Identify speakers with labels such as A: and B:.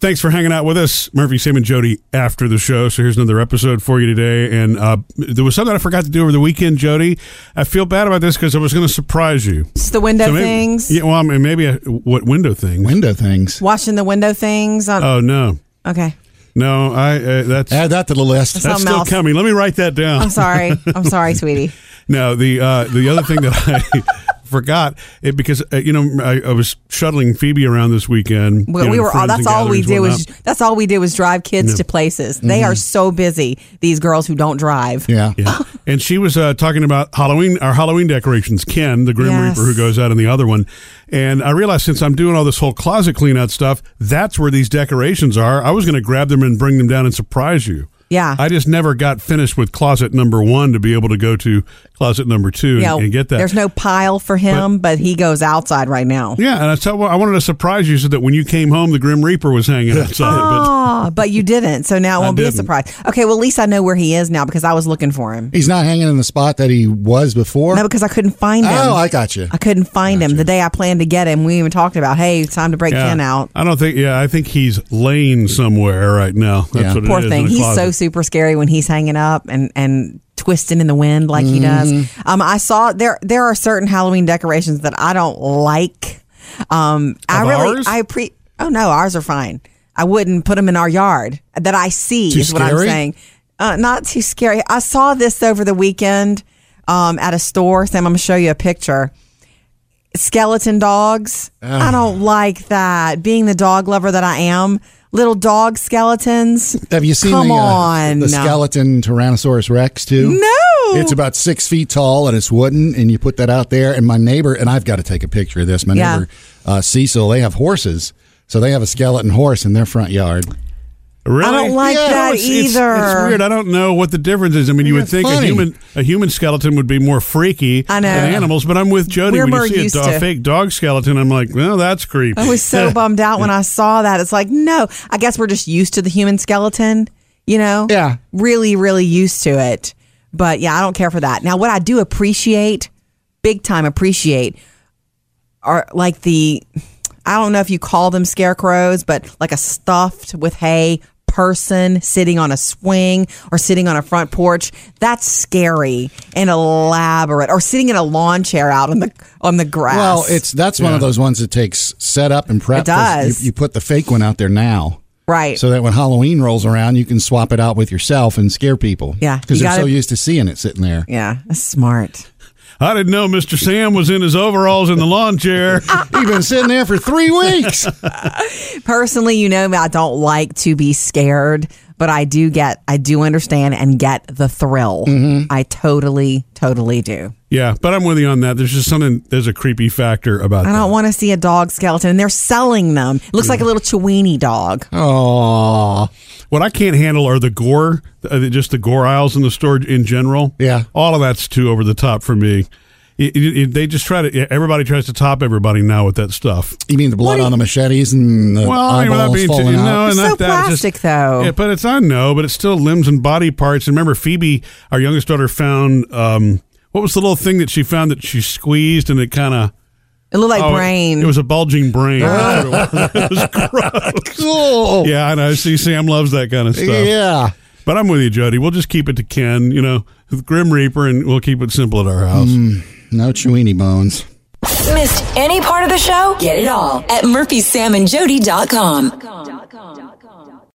A: Thanks for hanging out with us, Murphy, Sam, and Jody. After the show, so here's another episode for you today. And uh, there was something I forgot to do over the weekend, Jody. I feel bad about this because I was going to surprise you.
B: It's the window
A: So maybe-
B: things,
A: Yeah, well, I mean, maybe I, what window things?
C: Window things.
B: washing the window things. On,
A: Oh no,
B: okay,
A: no, I uh, that's
C: Add that to the list.
A: that's
B: something
A: still
B: else.
A: coming. Let me write that down.
B: I'm sorry. I'm sorry, sweetie.
A: No, the uh, the other thing that I forgot it because uh, you know I, I was shuttling Phoebe around this weekend.
B: We,
A: you know,
B: we
A: to
B: were all.
A: friends
B: That's
A: and
B: all we
A: gatherings,
B: did was
A: whatnot.
B: that's all we did was drive kids to places. They are so busy. These girls who don't drive.
C: Yeah.
A: Mm-hmm. Yeah.
B: Oh.
A: and she was uh, talking about Halloween, our Halloween decorations. Ken, the Grim
B: Yes.
A: Reaper, who goes out in the other one, and I realized since I'm doing all this whole closet clean out stuff, that's where these decorations are. I was going to grab them and bring them down and surprise you.
B: Yeah.
A: I just never got finished with closet number one to be able to go to closet number two and,
B: yeah,
A: and get that.
B: There's no pile for him, but, he goes outside right now.
A: Yeah, and I tell well, I wanted to surprise you so that when you came home, the Grim Reaper was hanging outside. But
B: Ah, but you didn't, so now it
A: I
B: won't be a
A: didn't.
B: surprise. Okay, well at least I know where he is now because I was looking for him.
C: He's not hanging in the spot that he was before.
B: No, because I couldn't find him.
C: oh, I got you.
B: I couldn't find him. The day I planned to get him, we even talked about, hey, it's time to break
A: yeah,
B: Ken out.
A: I don't think. Yeah, I think he's laying somewhere right now. That's
C: Yeah.
A: what
B: Poor
A: it is. in
B: thing.
A: a
B: He's so
A: closet.
B: super scary when he's hanging up and and twisting in the wind like he does.
A: Mm-hmm.
B: Um, I saw there there are certain Halloween decorations that I don't like. Um, I
A: Of
B: really
A: ours?
B: I pre oh no ours are fine. I wouldn't put them in our yard that I see
C: Too
B: is what I'm
C: scary?
B: saying. Uh, not too scary. I saw this over the weekend um, at a store. Sam, I'm gonna show you a picture. skeleton dogs. I don't like that. Being the dog lover that I am, little dog skeletons.
C: Have you seen
B: Come
C: the, uh,
B: on.
C: the skeleton Tyrannosaurus Rex too?
B: No.
C: It's about six feet tall and it's wooden, and you put that out there. And my neighbor and I've got to take a picture of this. My
B: Yeah.
C: neighbor uh, Cecil, they have horses, so they have a skeleton horse in their front yard.
A: Really?
B: I don't like
C: Yeah,
B: that
A: it's, it's-
B: either.
A: It's, weird. I don't know what the difference is. I mean, you would
C: It's
A: think a
C: funny.
A: human a human skeleton would be more freaky
B: I know.
A: than animals, but I'm with Jody.
B: We're
A: when
B: more
A: you see
B: used
A: a do-
B: to-
A: fake dog skeleton, I'm like, well, that's creepy.
B: I was so bummed out when I saw that. It's like, no, I guess we're just used to the human skeleton, you know?
C: Yeah.
B: Really, really used to it. But yeah, I don't care for that. Now, what I do appreciate, big time appreciate, are like the, I don't know if you call them scarecrows, but like a stuffed with hay person sitting on a swing or sitting on a front porch that's scary and elaborate or sitting in a lawn chair out on the on the grass
C: Well, it's that's one of those ones that takes setup and prep.
B: It does.
C: You, you put the fake one out there now.
B: right
C: So that when Halloween rolls around, you can swap it out with yourself and scare people.
B: Yeah,
C: Because
B: you
C: they're
B: gotta-
C: so used to seeing it sitting there.
B: Yeah, that's smart.
A: I didn't know Mr. Sam was in his overalls in the lawn chair.
C: You've been sitting there for three weeks.
B: Personally, you know me, I don't like to be scared, but I do get, I do understand and get the thrill.
A: Mm-hmm.
B: I totally, totally do.
A: yeah, but I'm with you on that. There's just something. There's a creepy factor about
B: I
A: that.
B: don't want to see a dog skeleton, and they're selling them. It looks like a little Chiweenie dog.
C: Oh,
A: What I can't handle are the gore, uh, just the gore aisles in the store in general.
C: Yeah.
A: all of that's too over the top for me. It- it- it- they just try to. yeah, Everybody tries to top everybody now with that stuff.
C: you mean the blood on the machetes and the
A: Well, I mean, without
C: eyeballs
A: being too,
C: falling
A: no,
C: out?
B: It's
A: not
B: so
A: that. It's
B: plastic, though.
A: Yeah, but it's I know, but it's still limbs and body parts. And remember, Phoebe, our youngest daughter, found um, what was the little thing that she found that she squeezed and it kind of.
B: It looked like
A: oh, it-
B: brain.
A: It, was a bulging brain. That's what
C: Oh.
A: it was. It was gross.
C: Cool.
A: Yeah, I know. See, Sam loves that kind of stuff.
C: Yeah.
A: But I'm with you, Jody. We'll just keep it to Ken, you know, the Grim Reaper, and we'll keep it simple at our house.
C: No chewini bones.
D: Missed any part of the show? Get it all at murphysamandjody.com.